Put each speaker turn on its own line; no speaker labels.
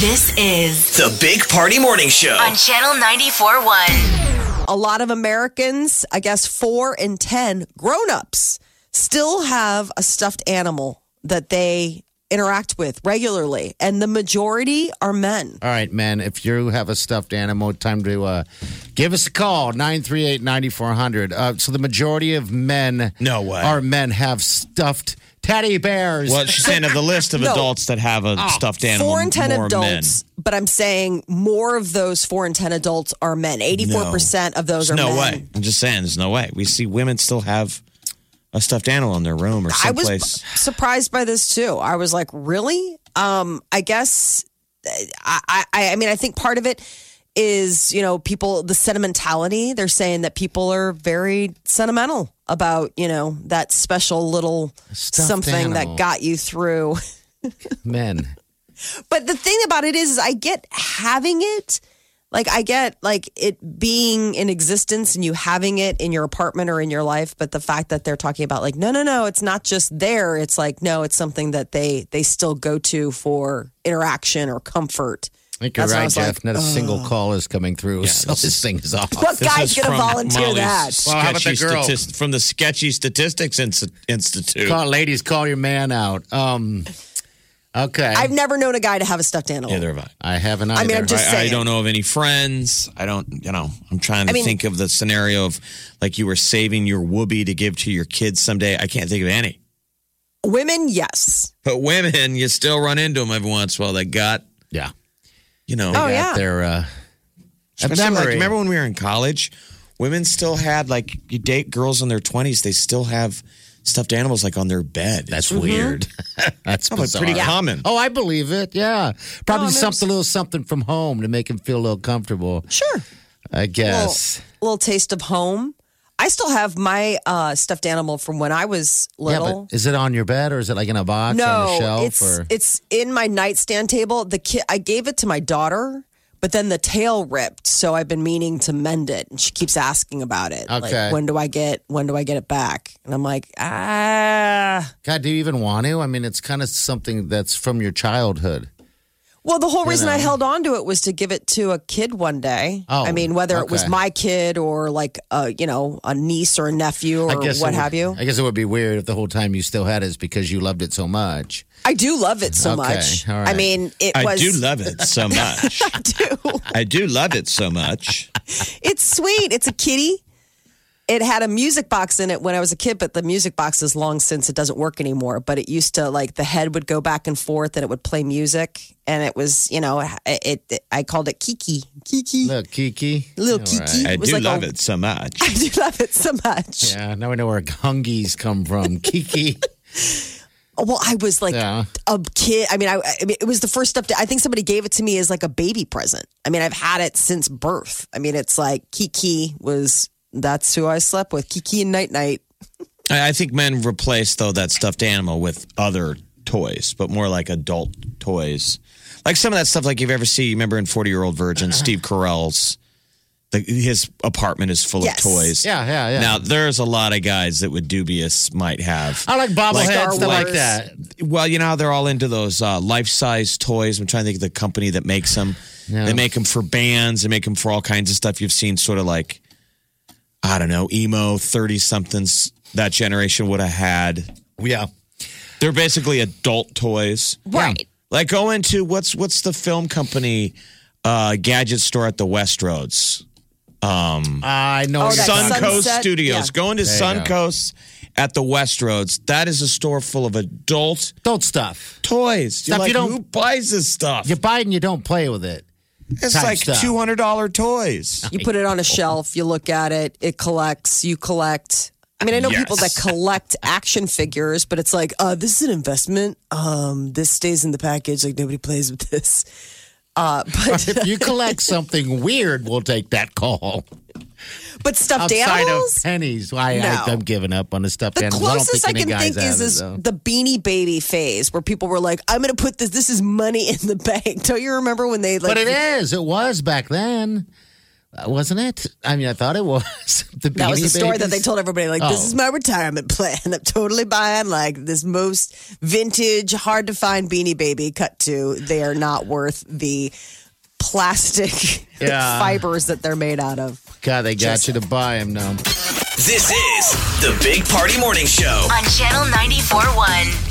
This is
The Big Party Morning Show.
on Channel 94.1.
a lot of Americans, I guess four in 10 grown ups, still have a stuffed animal that they interact with regularly. And the majority are men.
All right, man. If you have a stuffed animal, time to uh, give us a call 938 9400. Uh, so, the majority of men,
No way.
our men have stuffed teddy bears.
Well, she's saying of the list of
No. Oh,
adults that have a stuffed animal,
Four in 10
more
adults, but I'm saying more of those four in 10 adults are men. 84% of those
men.
are
No
men.
way. I'm just saying, there's no way. We see women still have a stuffed animal in their room or
I was b-
someplace.
surprised by this too. I was like, really? Um, I guess. I, I, I mean, I think part of it is you know people the sentimentality. They're saying that people are very sentimental about you know that special little
Stuffed
something
animal.
that got you through.
men.
But the thing about it is, is I get having it. Like I get like it being in existence and you having it in your apartment or in your life, but the fact that they're talking about like no no no, it's not just there. It's like no, it's something that they they still go to for interaction or comfort.
I think you're
That's what I
right,
was
Jeff.
like, uh.
Not a single call is coming through. so,
this
this thing is off.
What guy's
is
gonna
from
volunteer
Molly's
that?
Sketchy
Well, how about the girl?
Statist- from the Sketchy Statistics Inst- Institute.
Call, ladies, call your man out. Um, okay.
I've never known a guy to have a stuffed animal.
Neither have I.
I haven't either.
mean, I'm
I,
just-
I
saying.
don't know of any friends. I don't, you know, I'm trying to
I mean-
think of the scenario of like you were saving your whoopee to give to your kids someday. I can't think of any.
Women, yes.
But women, you still run into them every once in a while. They got,
yeah.
you know,
Oh,
they got-
yeah.
They're, uh, a
especially, like,
memory.
remember when we were in college? Women still had like you date girls in their 20s, they still have stuffed animals like on their bed.
That's
Mm-hmm.
weird. That's
Probably
bizarre.
pretty common.
Oh, I believe it. Yeah, probably
No, I mean,
something, a little something from home to make him feel a little comfortable.
Sure.
I
little,
guess.
little taste of home. I still have my uh, stuffed animal from when I was little.
Yeah, but is it on your bed or is it like in a box on
no,
the shelf?
it's
or
it's in my nightstand table. The kid, I gave it to my daughter, but then the tail ripped, so I've been meaning to mend it, and she keeps asking about it.
Okay.
Like, when do I get when do I get it back? And I'm like, ah.
God, do you even want to? I mean, it's kind of something that's from your childhood.
Well, the whole reason I held on to it was to give it to a kid one day.
Oh,
I mean, whether it was
okay.
my kid or like a you know a niece or a nephew or
I guess it
what
would-
have you.
I guess it would be weird if the whole time you still had it is because you loved it so much.
I do love it so
Okay,
much.
all
I
right.
mean, it
I
was
do love it so much.
I do.
I do love it so much.
It's sweet. It's a kitty. It had a music box in it when I was a kid, but the music box is long since it doesn't work anymore. But it used to like the head would go back and forth, and it would play music, and it was you know it. it I called it Kiki, Kiki,
Look, Kiki.
little
All
Kiki.
right.
I
It was
do
like
love
a-
it so much.
I do love it so much.
Yeah, now we know where hungies come from. Kiki.
Well, I was like
Yeah.
a kid. I mean, I, I mean, it was the first step. I think somebody gave it to me as like a baby present. I mean, I've had it since birth. I mean, it's like Kiki was. That's who I slept with. Kiki and Night Night.
I, I think men replace though that stuffed animal with other toys, but more like adult toys. Like some of that stuff, like you've ever seen. Remember in Forty Year Old Virgin, Steve Carell's, the, his apartment is full
Yes.
of toys.
Yeah, yeah, yeah.
Now there's a lot of guys that would dubious might have.
I like bobbleheads,
Star
stuff like
Wars.
that.
Well, you know how they're all into those uh, life-size toys. I'm trying to think of the company that makes them.
Yeah.
They make them for bands. They make them for all kinds of stuff. You've seen sort of like, I don't know, emo thirty-somethings that generation would have had.
Yeah.
They're basically adult toys.
Right.
Like go into what's what's the film company uh, gadget store at the West Roads?
I know. what
Oh, that
you're talking
Sunset-
Suncoast Studios.
yeah.
Go into
There you go.
Suncoast at the West Roads. That is a store full of adult
adult stuff.
toys. You're
Stuff you
like,
don't-
who buys this stuff?
You buy it and you don't play with it.
it's
type
like
stuff. Uh-huh.
two hundred dollar toys.
You put it on a shelf, you look at it, it collects, you collect. I mean, I know people that
Yes.
collect action figures, but it's like, uh, this is an investment. Um, this stays in the package, like nobody plays with this. Uh, but
If you collect something weird, we'll take that call.
but stuffed
Outside
animals.
of pennies, I,
No.
I, am giving up on the stuffed
the
animals.
closest I,
I don't think any
can
guys
think is,
have it,
is
though.
the beanie baby phase where people were like, I'm going to put this, this is money in the bank. Don't you remember when they like.
But it is. It was back then, uh, wasn't it? I mean, I thought it was. the
That was
Beanie
the story that
Babies.
they told everybody, like, this
Oh.
is my retirement plan. I'm totally buying, like, this most vintage, hard to find beanie baby cut to. They are not worth the plastic
Yeah.
fibers that they're made out of.
God, they got you to buy them now.
This is the Big Party Morning Show.
on Channel 94.1.